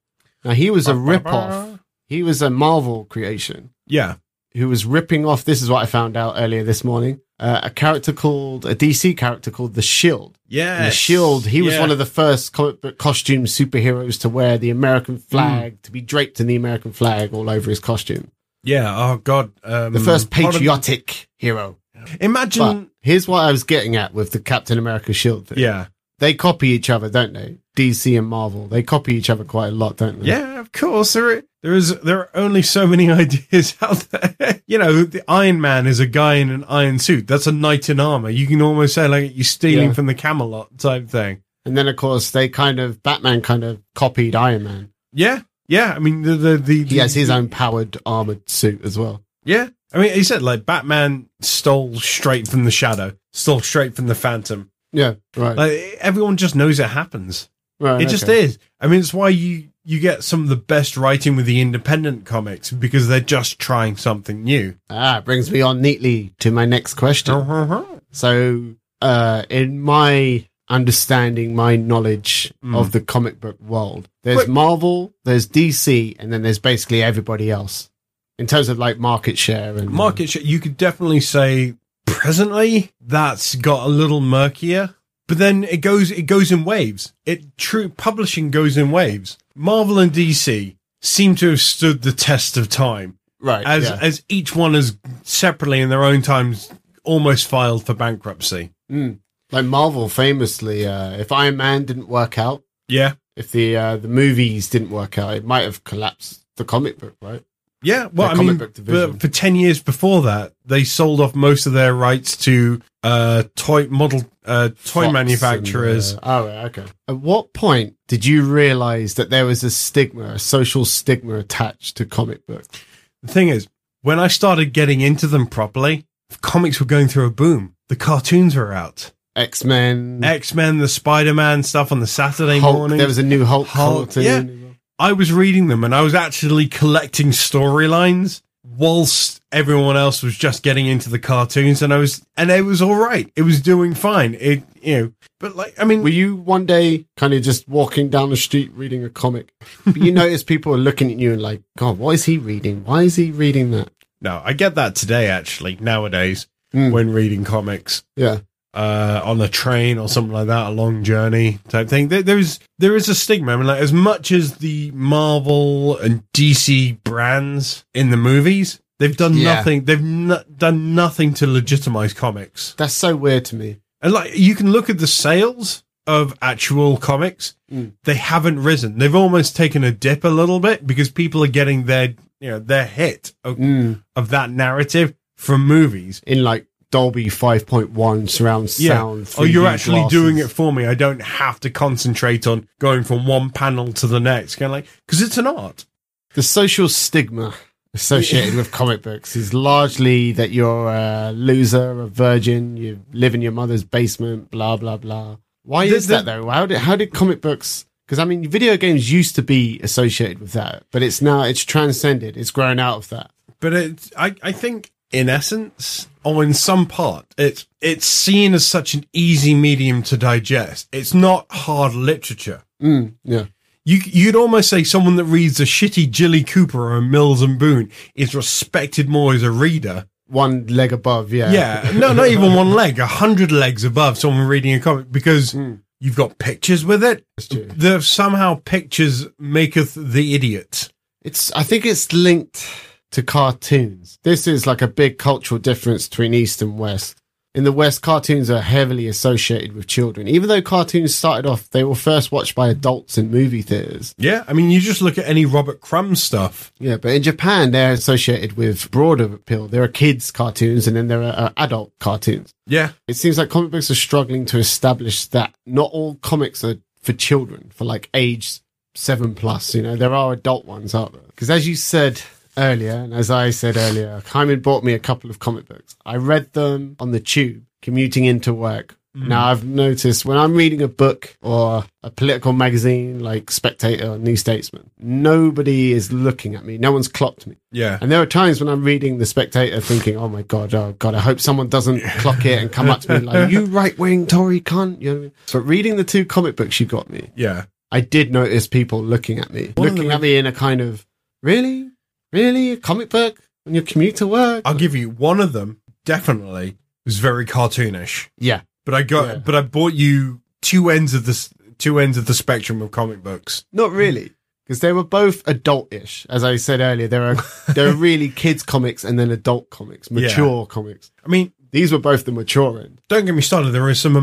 S1: Now he was a rip-off. He was a Marvel creation.
S2: Yeah,
S1: who was ripping off. This is what I found out earlier this morning. Uh, a character called a DC character called the Shield.
S2: yeah.
S1: And the Shield. He was one of the first comic book costume superheroes to wear the American
S2: Mm.
S1: flag, to be draped in the American flag all over his costume.
S2: yeah. Oh God, um,
S1: The first
S2: part of-
S1: patriotic hero. But
S2: Imagine.
S1: here's what I was getting at with the Captain America Shield thing.
S2: yeah,
S1: They copy each other, don't they? DC and Marvel. They copy each other quite a lot, don't they?
S2: yeah. Of course, there i- there is there are only so many ideas out there. you know, the Iron Man is a guy in an iron suit. That's a knight in armor. You can almost say like you're stealing
S1: Yeah.
S2: from the Camelot type thing.
S1: And then, of course, they kind of, Batman kind of copied Iron Man.
S2: Yeah, yeah. I mean, the the the
S1: He has his own powered armored suit as well.
S2: Yeah. I mean, he said like Batman stole straight from the shadow, stole straight from the phantom.
S1: Yeah, right.
S2: Like everyone just knows it happens.
S1: Right,
S2: It just
S1: okay.
S2: is. I mean, it's why you you get some of the best writing with the independent comics because they're just trying something new.
S1: Ah, brings me on neatly to my next question.
S2: Mm.
S1: So, uh, in my understanding, my knowledge
S2: Mm.
S1: of the comic book world, there's
S2: Wait.
S1: Marvel, there's DC, and then there's basically everybody else in terms of like market share and
S2: Market share, you could definitely say presently that's got a little murkier, but then it goes it goes in waves. It true publishing goes in waves. Marvel and DC seem to have stood the test of time.
S1: Right,
S2: As
S1: yeah.
S2: as each one has separately in their own times almost filed for bankruptcy.
S1: Hmm. Like Marvel famously, uh, if Iron Man didn't work out,
S2: Yeah.
S1: if the uh, the movies didn't work out, it might have collapsed the comic book, right?
S2: Yeah, well,
S1: The
S2: I
S1: comic
S2: mean,
S1: book division.
S2: but for ten years before that, they sold off most of their rights to uh, toy model uh, toy
S1: Fox
S2: manufacturers.
S1: and, uh, oh, right, okay. At what point did you realize that there was a stigma, a social stigma attached to comic books?
S2: The thing is, when I started getting into them properly, comics were going through a boom. The cartoons were out.
S1: X Men,
S2: X Men, the Spider Man stuff on the Saturday
S1: Mm. Hulk.
S2: morning.
S1: There was a new Hulk,
S2: Hulk,
S1: cartoon.
S2: I was reading them and I was actually collecting storylines whilst everyone else was just getting into the cartoons and I was and it was all right. It was doing fine. It you know, but like I mean
S1: Were you one day kind of just walking down the street reading a comic? but you notice people are looking at you and like, God, what is he reading? Why is he reading that?
S2: no, I get that today actually nowadays
S1: Mm.
S2: when reading comics.
S1: Yeah.
S2: uh, on a train or something like that, a long journey type thing. There, there is there is a stigma. I mean, like as much as the Marvel and DC brands in the movies, they've done
S1: Yeah.
S2: nothing. They've no- done nothing to legitimize comics.
S1: That's so weird to me.
S2: And like you can look at the sales of actual comics,
S1: Mm.
S2: they haven't risen. They've almost taken a dip a little bit because people are getting their you know their hit of,
S1: Mm.
S2: of that narrative from movies.
S1: in like Dolby 5.1 surround sound.
S2: Oh, you're
S1: 3D
S2: actually
S1: glasses.
S2: doing it for me. I don't have to concentrate on going from one panel to the next. Kind of like because it's an art.
S1: The social stigma associated with comic books is largely that you're a loser, a virgin, you live in your mother's basement, blah blah blah. Why
S2: The-
S1: is that though? How did how did comic books? Because I mean, video games used to be associated with that, but it's now it's transcended. It's grown out of that.
S2: But it, I, I think in essence, or in some part, it's it's seen as such an easy medium to digest. It's not hard literature.
S1: Mm, yeah,
S2: You, you'd almost say someone that reads a shitty Jilly Cooper or a Mills and Boone is respected more as a reader
S1: one leg above. Yeah,
S2: Yeah, no, not even one leg, a hundred legs above someone reading a comic because you've got pictures with it.
S1: That's true.
S2: The somehow pictures maketh the idiot.
S1: It's I think it's linked to cartoons. This is like a big cultural difference between East and West. In the West, cartoons are heavily associated with children. Even though cartoons started off, they were first watched by adults in movie theaters.
S2: Yeah, I mean, you just look at any Robert Crumb stuff.
S1: Yeah, but in Japan, they're associated with broader appeal. There are kids' cartoons and then there are uh, adult cartoons.
S2: Yeah,
S1: It seems like comic books are struggling to establish that not all comics are for children, for like age seven plus. You know, there are adult ones out there. Because as you said earlier, and as I said earlier, Hyman bought me a couple of comic books. I read them on the tube, commuting into work. Now I've noticed when I'm reading a book or a political magazine like Spectator or New Statesman, nobody is looking at me. No one's clocked me.
S2: yeah.
S1: And there are times when I'm reading The Spectator thinking, oh my God, oh God, I hope someone doesn't clock it and come up to me like, you right wing Tory cunt. You know what I mean? But reading the two comic books you got me,
S2: Yeah,
S1: I did notice people looking at me,
S2: One of
S1: looking
S2: them-
S1: at me in a kind of, really? Really? A comic book? On your commute to work?
S2: I'll give you one of them. Definitely was very cartoonish,
S1: yeah.
S2: but I got,
S1: Yeah.
S2: but I bought you two ends of this, two ends of the spectrum of comic books.
S1: Not really. Because they were both adult-ish, as I said earlier. There are there are really kids comics and then adult comics,
S2: Yeah.
S1: mature comics.
S2: I mean,
S1: These were both the mature end.
S2: don't get me started. There are some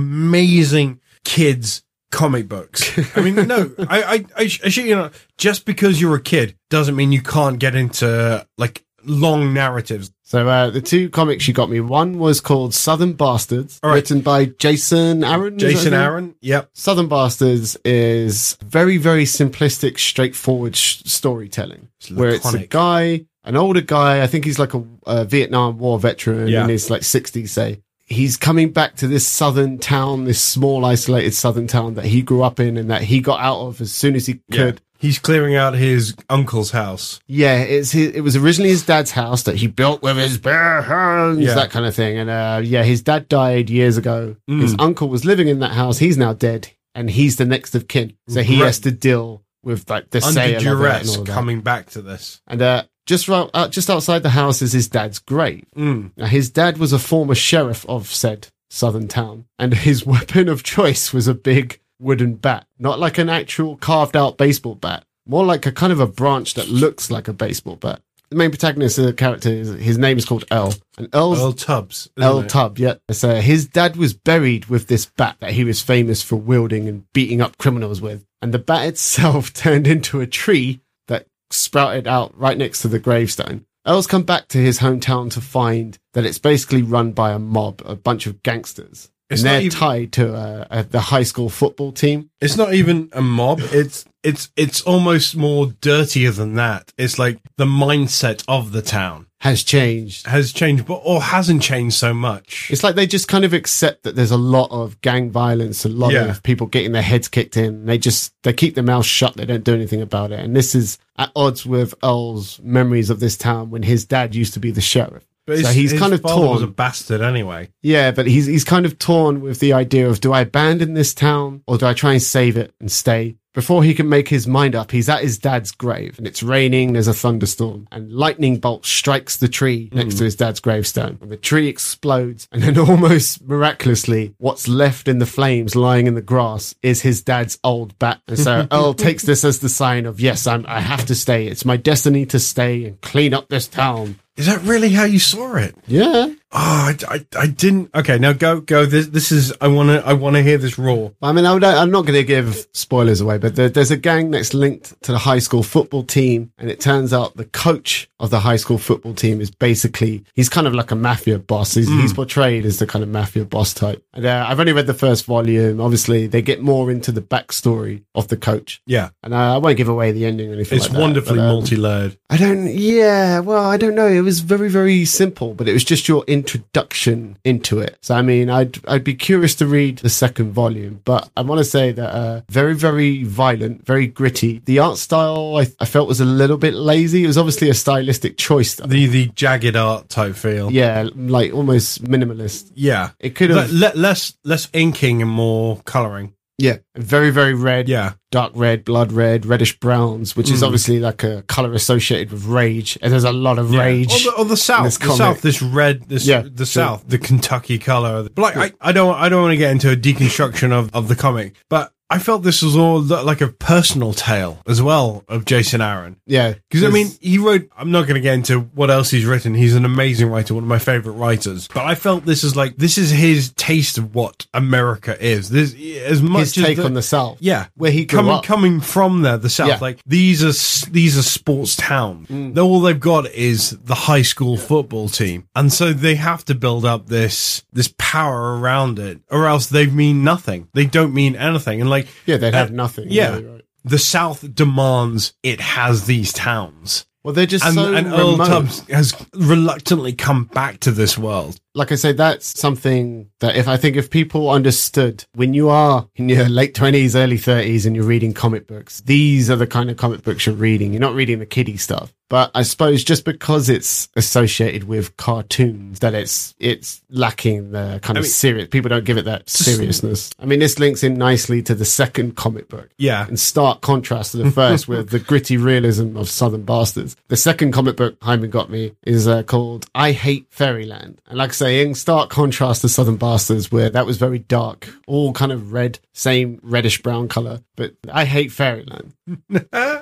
S2: amazing kids comic books. I mean, no, I, I, I, sh- I shit you know, just because you're a kid doesn't mean you can't get into like long narratives.
S1: So uh, the two comics you got me, one was called Southern Bastards,
S2: All right.
S1: written by Jason Aaron. is that his
S2: Jason
S1: name?
S2: Aaron. Yep.
S1: Southern Bastards is very, very simplistic, straightforward sh- storytelling,
S2: It's
S1: where it's a
S2: laconic.
S1: guy, an older guy. I think he's like a, a Vietnam War veteran
S2: Yeah.
S1: in his like 60s, say. He's coming back to this southern town, this small, isolated southern town that he grew up in and that he got out of as soon as he could.
S2: He's clearing out his uncle's house.
S1: Yeah, it's his, it was originally his dad's house that he built with his bare hands,
S2: Yeah.
S1: that kind of thing. And uh, yeah, his dad died years ago.
S2: Mm.
S1: His uncle was living in that house. He's now dead, and he's the next of kin, so he
S2: Right.
S1: has to deal with like the sale of
S2: Under
S1: it and
S2: duress,
S1: all that.
S2: coming back to this.
S1: And uh, just right, uh, just outside the house is his dad's grave.
S2: Mm.
S1: Now, his dad was a former sheriff of said southern town, and his weapon of choice was a big wooden bat, not like an actual carved out baseball bat, more like a kind of a branch that looks like a baseball bat. the main protagonist of the character, is, his name is called Earl. And Earl's
S2: Earl Tubbs. isn't
S1: L
S2: it?
S1: Tubb, yeah. So his dad was buried with this bat that he was famous for wielding and beating up criminals with. And the bat itself turned into a tree that sprouted out right next to the gravestone. Earl's come back to his hometown to find that it's basically run by a mob, a bunch of gangsters.
S2: It's
S1: and
S2: not
S1: they're
S2: even-
S1: tied to uh, uh, the high school football team.
S2: It's not even a mob. It's it's it's almost more dirtier than that. It's like the mindset of the town
S1: Has changed.
S2: has changed, but or hasn't changed so much.
S1: It's like they just kind of accept that there's a lot of gang violence, a lot
S2: Yeah.
S1: of people getting their heads kicked in. They just they keep their mouth shut. They don't do anything about it. And this is at odds with Earl's memories of this town when his dad used to be the sheriff.
S2: But
S1: so
S2: his-
S1: he's
S2: his
S1: kind of
S2: father Was a
S1: torn.
S2: bastard anyway.
S1: Yeah, but he's he's kind of torn with the idea of do I abandon this town or do I try and save it and stay? Before he can make his mind up, he's at his dad's grave and it's raining, there's a thunderstorm, and lightning bolt strikes the tree next to his dad's gravestone. And the tree explodes, and then almost miraculously, what's left in the flames lying in the grass is his dad's old bat. And so Earl takes this as the sign of yes, I'm I have to stay. It's my destiny to stay and clean up this town.
S2: Is that really how you saw it?
S1: Yeah.
S2: Oh, I, I, I didn't. Okay, now go go. This this is. I wanna I wanna hear this raw.
S1: I mean, I would, I'm not going to give spoilers away, but there, there's a gang that's linked to the high school football team, and it turns out the coach of the high school football team is basically he's kind of like a mafia boss. He's,
S2: Mm.
S1: he's portrayed as the kind of mafia boss type. And uh, I've only read the first volume. Obviously, they get more into the backstory of the coach,
S2: Yeah,
S1: and uh, I won't give away the ending or anything.
S2: it's
S1: like that,
S2: wonderfully
S1: but, um,
S2: multi-layered.
S1: I don't. Yeah. Well, I don't know. It was very, very simple, but it was just your introduction into it. So, I mean, I'd I'd be curious to read the second volume, but I want to say that uh, very, very violent, very gritty. The art style I, I felt was a little bit lazy. It was obviously a stylistic choice.
S2: The the jagged art type feel.
S1: Yeah, like almost minimalist.
S2: yeah.
S1: It could
S2: Le-
S1: have.
S2: le- less less inking and more coloring.
S1: Yeah, very, very red.
S2: Yeah,
S1: dark red, blood red, reddish browns, which is
S2: Mm.
S1: obviously like a color associated with rage. And there's a lot of
S2: Yeah.
S1: rage.
S2: Or the, or the
S1: this
S2: South, the
S1: comic.
S2: South, this red, this
S1: Yeah.
S2: the South, the Kentucky color. But like, I, I don't, I don't want to get into a deconstruction of, of the comic, but I felt this was all li- like a personal tale as well of Jason Aaron.
S1: yeah,
S2: Because I
S1: there's-
S2: mean, he wrote. I'm not going to get into what else he's written. He's an amazing writer, one of my favorite writers. But I felt this is like this is his taste of what America is. This as much
S1: his
S2: as
S1: take on the south.
S2: yeah,
S1: where he grew
S2: coming
S1: up.
S2: coming from there, the south.
S1: Yeah. Mm.
S2: Like these are s- these are sports town. Though All they've got is the high school football team, and so they have to build up this this power around it, or else they mean nothing. They don't mean anything. And like
S1: Yeah, they'd have nothing.
S2: uh, yeah.
S1: you're right.
S2: the south demands, it has these towns.
S1: Well, they're just
S2: And,
S1: so
S2: and Earl
S1: remote.
S2: Tubbs has reluctantly come back to this world.
S1: Like I say, that's something that if I think if people understood when you are in your late twenties, early thirties, and you're reading comic books, these are the kind of comic books you're reading. You're not reading the kiddie stuff. But I suppose just because it's associated with cartoons, that it's it's lacking the kind
S2: I
S1: of
S2: mean-
S1: serious. People don't give it that seriousness. I mean, this links in nicely to the second comic book.
S2: Yeah.
S1: in stark contrast to the first with the gritty realism of Southern Bastards. The second comic book Hyman got me is uh, called I Hate Fairyland. And like I say, in stark contrast to Southern Bastards, where that was very dark, all kind of red, same reddish brown color. But I Hate Fairyland.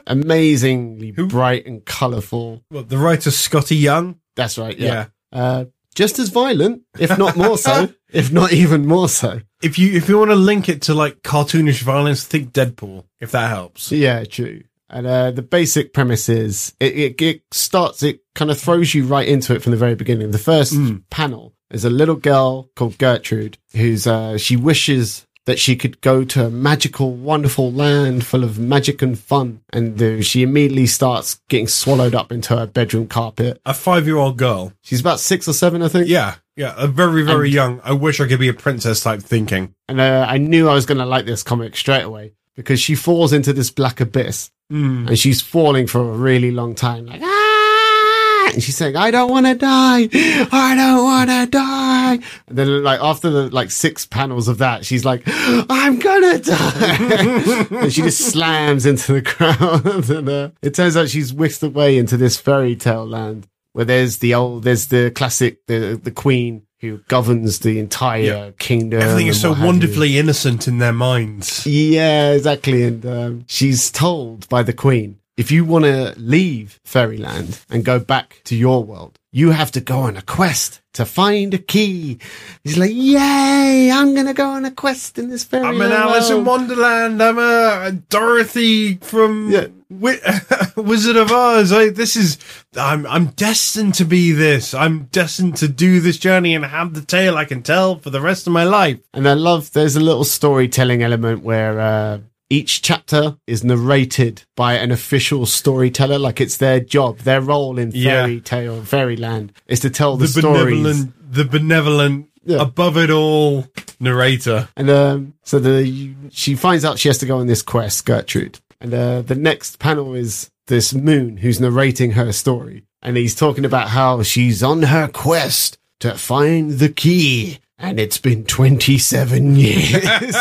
S1: Amazingly bright and colorful.
S2: Well, the writer Scotty Young.
S1: That's right. Yeah. Uh, just as violent, if not more so, if not even more so.
S2: If you if you want to link it to like cartoonish violence, think Deadpool, if that helps.
S1: Yeah, true. And uh, the basic premise is it, it, it starts, it kind of throws you right into it from the very beginning. The first panel is a little girl called Gertrude who's, uh, she wishes that she could go to a magical, wonderful land full of magic and fun. And uh, she immediately starts getting swallowed up into her bedroom carpet.
S2: A five year old girl.
S1: She's about six or seven, I think.
S2: Yeah, yeah, a very, very young. I wish I could be a princess type thinking.
S1: And uh, I knew I was going to like this comic straight away because she falls into this black abyss.
S2: Mm.
S1: and she's falling for a really long time, like ah, and she's saying, "I don't want to die, I don't want to die." And then, like after the like six panels of that, she's like, "I'm gonna die," and she just slams into the ground. and uh, it turns out she's whisked away into this fairy tale land where there's the old, there's the classic, the the queen who governs the entire
S2: Yeah.
S1: kingdom.
S2: Everything is
S1: and
S2: so
S1: what have you.
S2: wonderfully innocent in their minds.
S1: Yeah, exactly. And um, she's told by the queen If you want to leave fairyland and go back to your world, you have to go on a quest to find a key. He's like, yay, I'm going to go on a quest in this fairyland.
S2: I'm an Alice in
S1: world."
S2: Wonderland. I'm a Dorothy from
S1: Yeah.
S2: Wi- Wizard of Oz. I, this is I'm I'm destined to be this. I'm destined to do this journey and have the tale I can tell for the rest of my life.
S1: And I love there's a little storytelling element where uh, each chapter is narrated by an official storyteller, like it's their job, their role in
S2: Yeah.
S1: fairy tale, fairyland, is to tell the,
S2: The,
S1: stories.
S2: benevolent, the benevolent,
S1: Yeah.
S2: above it all narrator.
S1: And um, so the she finds out she has to go on this quest, Gertrude. And uh, the next panel is this moon who's narrating her story, and he's talking about how she's on her quest to find the key. And it's been 27 years.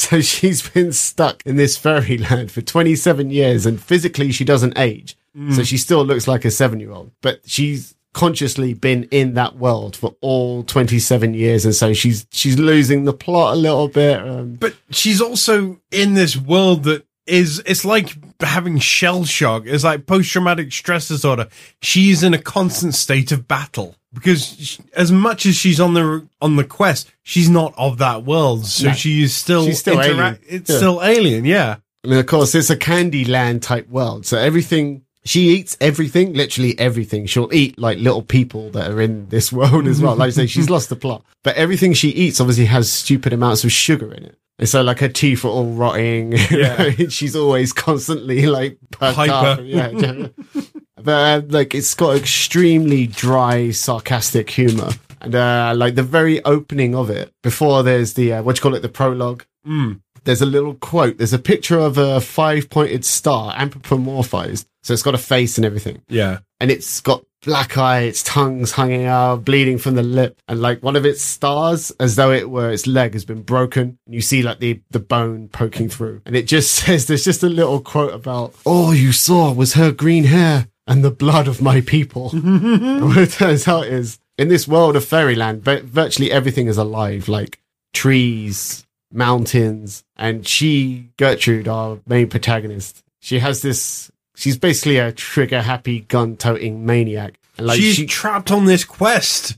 S1: so she's been stuck in this fairyland for 27 years, and physically she doesn't age. So she still looks like a seven year old, but she's consciously been in that world for all 27 years. And so she's, she's losing the plot a little bit. Um,
S2: But she's also in this world that is it's like having shell shock. It's like post traumatic stress disorder. She's in a constant state of battle because sh as much as she's on the on the quest, she's not of that world. So
S1: No.
S2: she is still
S1: She's still alien.
S2: It's
S1: Yeah.
S2: still alien. Yeah.
S1: and of course, it's a candy land type world. So everything she eats, everything, literally everything. She'll eat like little people that are in this world as well. Like I say, she's lost the plot, but everything she eats obviously has stupid amounts of sugar in it. And so, like her teeth are all rotting.
S2: Yeah.
S1: she's always constantly like perked up.
S2: Hyper.
S1: Yeah, but uh, like it's got extremely dry, sarcastic humor, and uh, like the very opening of it, before there's the uh, what do you call it, the prologue.
S2: Mm.
S1: There's a little quote. There's a picture of a five-pointed star, anthropomorphized, so it's got a face and everything,
S2: Yeah.
S1: and it's got black eye, its tongue's hanging out, bleeding from the lip, and like one of its stars, as though it were its leg, has been broken, and you see like the the bone poking through, and it just says there's just a little quote about all you saw was her green hair and the blood of my people. What it turns out is in this world of fairyland, vi- virtually everything is alive, like trees, mountains, and she, Gertrude, our main protagonist, she has this. She's basically a trigger happy gun toting maniac. And like
S2: she's
S1: she,
S2: trapped on this quest.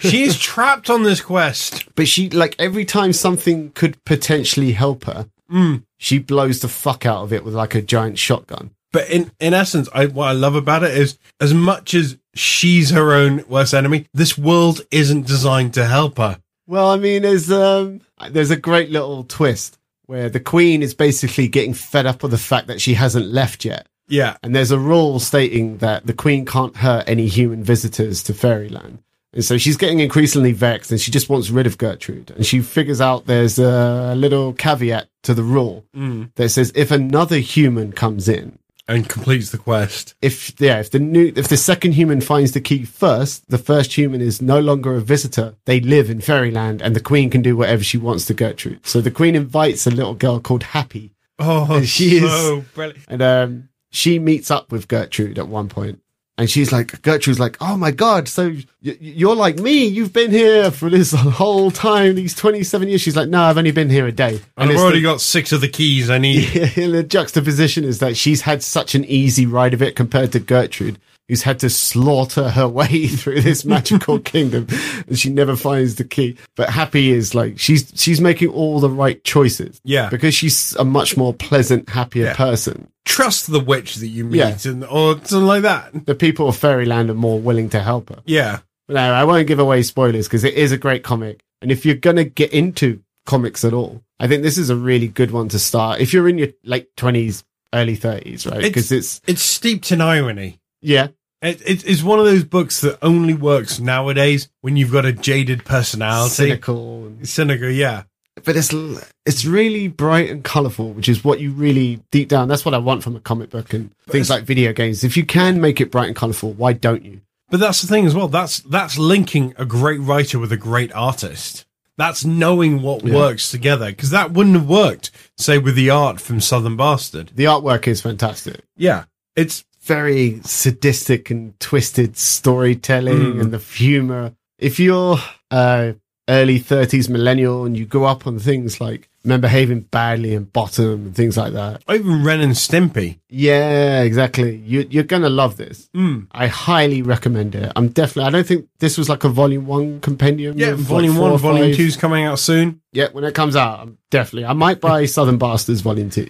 S2: she is trapped on this quest.
S1: but she like every time something could potentially help her,
S2: Mm.
S1: she blows the fuck out of it with like a giant shotgun.
S2: But in, in essence, I, what I love about it is as much as she's her own worst enemy, this world isn't designed to help her.
S1: Well, I mean, there's um, there's a great little twist where the queen is basically getting fed up with the fact that she hasn't left yet.
S2: Yeah.
S1: And there's a rule stating that the Queen can't hurt any human visitors to Fairyland. And so she's getting increasingly vexed and she just wants rid of Gertrude. And she figures out there's a little caveat to the rule
S2: Mm.
S1: that says if another human comes in,
S2: And completes the quest.
S1: if yeah, if the new if the second human finds the key first, the first human is no longer a visitor. They live in Fairyland and the Queen can do whatever she wants to Gertrude. So the Queen invites a little girl called Happy
S2: Oh,
S1: she
S2: she
S1: is-
S2: so brilliant.
S1: And um, she meets up with Gertrude at one point, and she's like, Gertrude's like, "Oh my god, so y- y- you're like me? You've been here for this whole time, these twenty-seven years?" She's like, "No, I've only been here a day."
S2: And I've
S1: it's
S2: already
S1: the-
S2: got six of the keys I need.
S1: and the juxtaposition is that she's had such an easy ride of it compared to Gertrude, who's had to slaughter her way through this magical kingdom, and she never finds the key. But Happy is like she's she's making all the right choices
S2: Yeah.
S1: because she's a much more pleasant, happier
S2: Yeah.
S1: person.
S2: Trust the witch that you meet
S1: Yeah.
S2: and or something like that.
S1: the people of Fairyland are more willing to help her.
S2: Yeah.
S1: But no, I won't give away spoilers because it is a great comic. And if you're going to get into comics at all, I think this is a really good one to start. If you're in your late 20s, early 30s, right? Because it's,
S2: It's steeped in irony.
S1: yeah,
S2: It, it, it's one of those books that only works nowadays when you've got a jaded personality.
S1: cynical. and-
S2: Cynical, yeah.
S1: But it's, l- it's really bright and colorful, which is what you really deep down. That's what I want from a comic book and things like video games. If you can make it bright and colorful, why don't you?
S2: But that's the thing as well. That's that's linking a great writer with a great artist. That's knowing what
S1: Yeah.
S2: works together because that wouldn't have worked, say, with the art from Southern Bastard.
S1: The artwork is fantastic.
S2: Yeah, it's
S1: very sadistic and twisted storytelling
S2: Mm.
S1: and the humor. If you're uh, early 30s millennial and you grew up on things like men behaving badly and bottom and things like that.
S2: Even Ren and Stimpy.
S1: Yeah, exactly. You, you're going to love this.
S2: Hmm.
S1: I highly recommend it. I'm definitely, I don't think this was like a volume one compendium.
S2: Yeah,
S1: of, like,
S2: Volume
S1: four
S2: 1,
S1: or
S2: Volume
S1: five.
S2: Two's coming out soon.
S1: Yeah, when it comes out, I'm definitely, I might buy Southern Bastards Volume 2.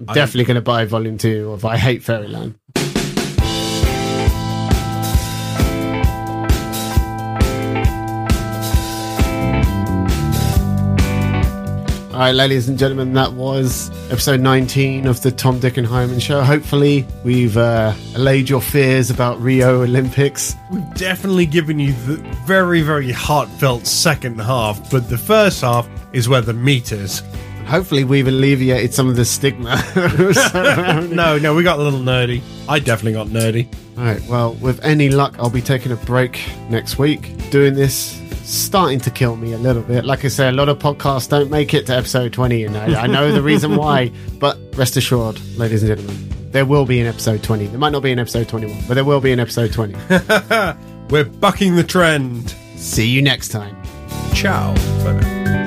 S1: I'm
S2: I-
S1: definitely going to buy Volume 2 of I Hate Fairyland. All right, ladies and gentlemen, that was episode 19 of the Tom, Dick, and Hyman show. Hopefully, we've uh, allayed your fears about Rio Olympics.
S2: We've definitely given you the very, very heartfelt second half, but the first half is where the meat is.
S1: Hopefully, we've alleviated some of the stigma surrounding
S2: No, no, we got a little nerdy. I definitely got nerdy.
S1: All right. Well, with any luck, I'll be taking a break next week. Doing this starting to kill me a little bit. Like I say, a lot of podcasts don't make it to episode 20, and I, I know the reason why. But rest assured, ladies and gentlemen, there will be an episode 20. There might not be an episode 21, but there will be an episode 20.
S2: We're bucking the trend.
S1: See you next time.
S2: Ciao. Bye now.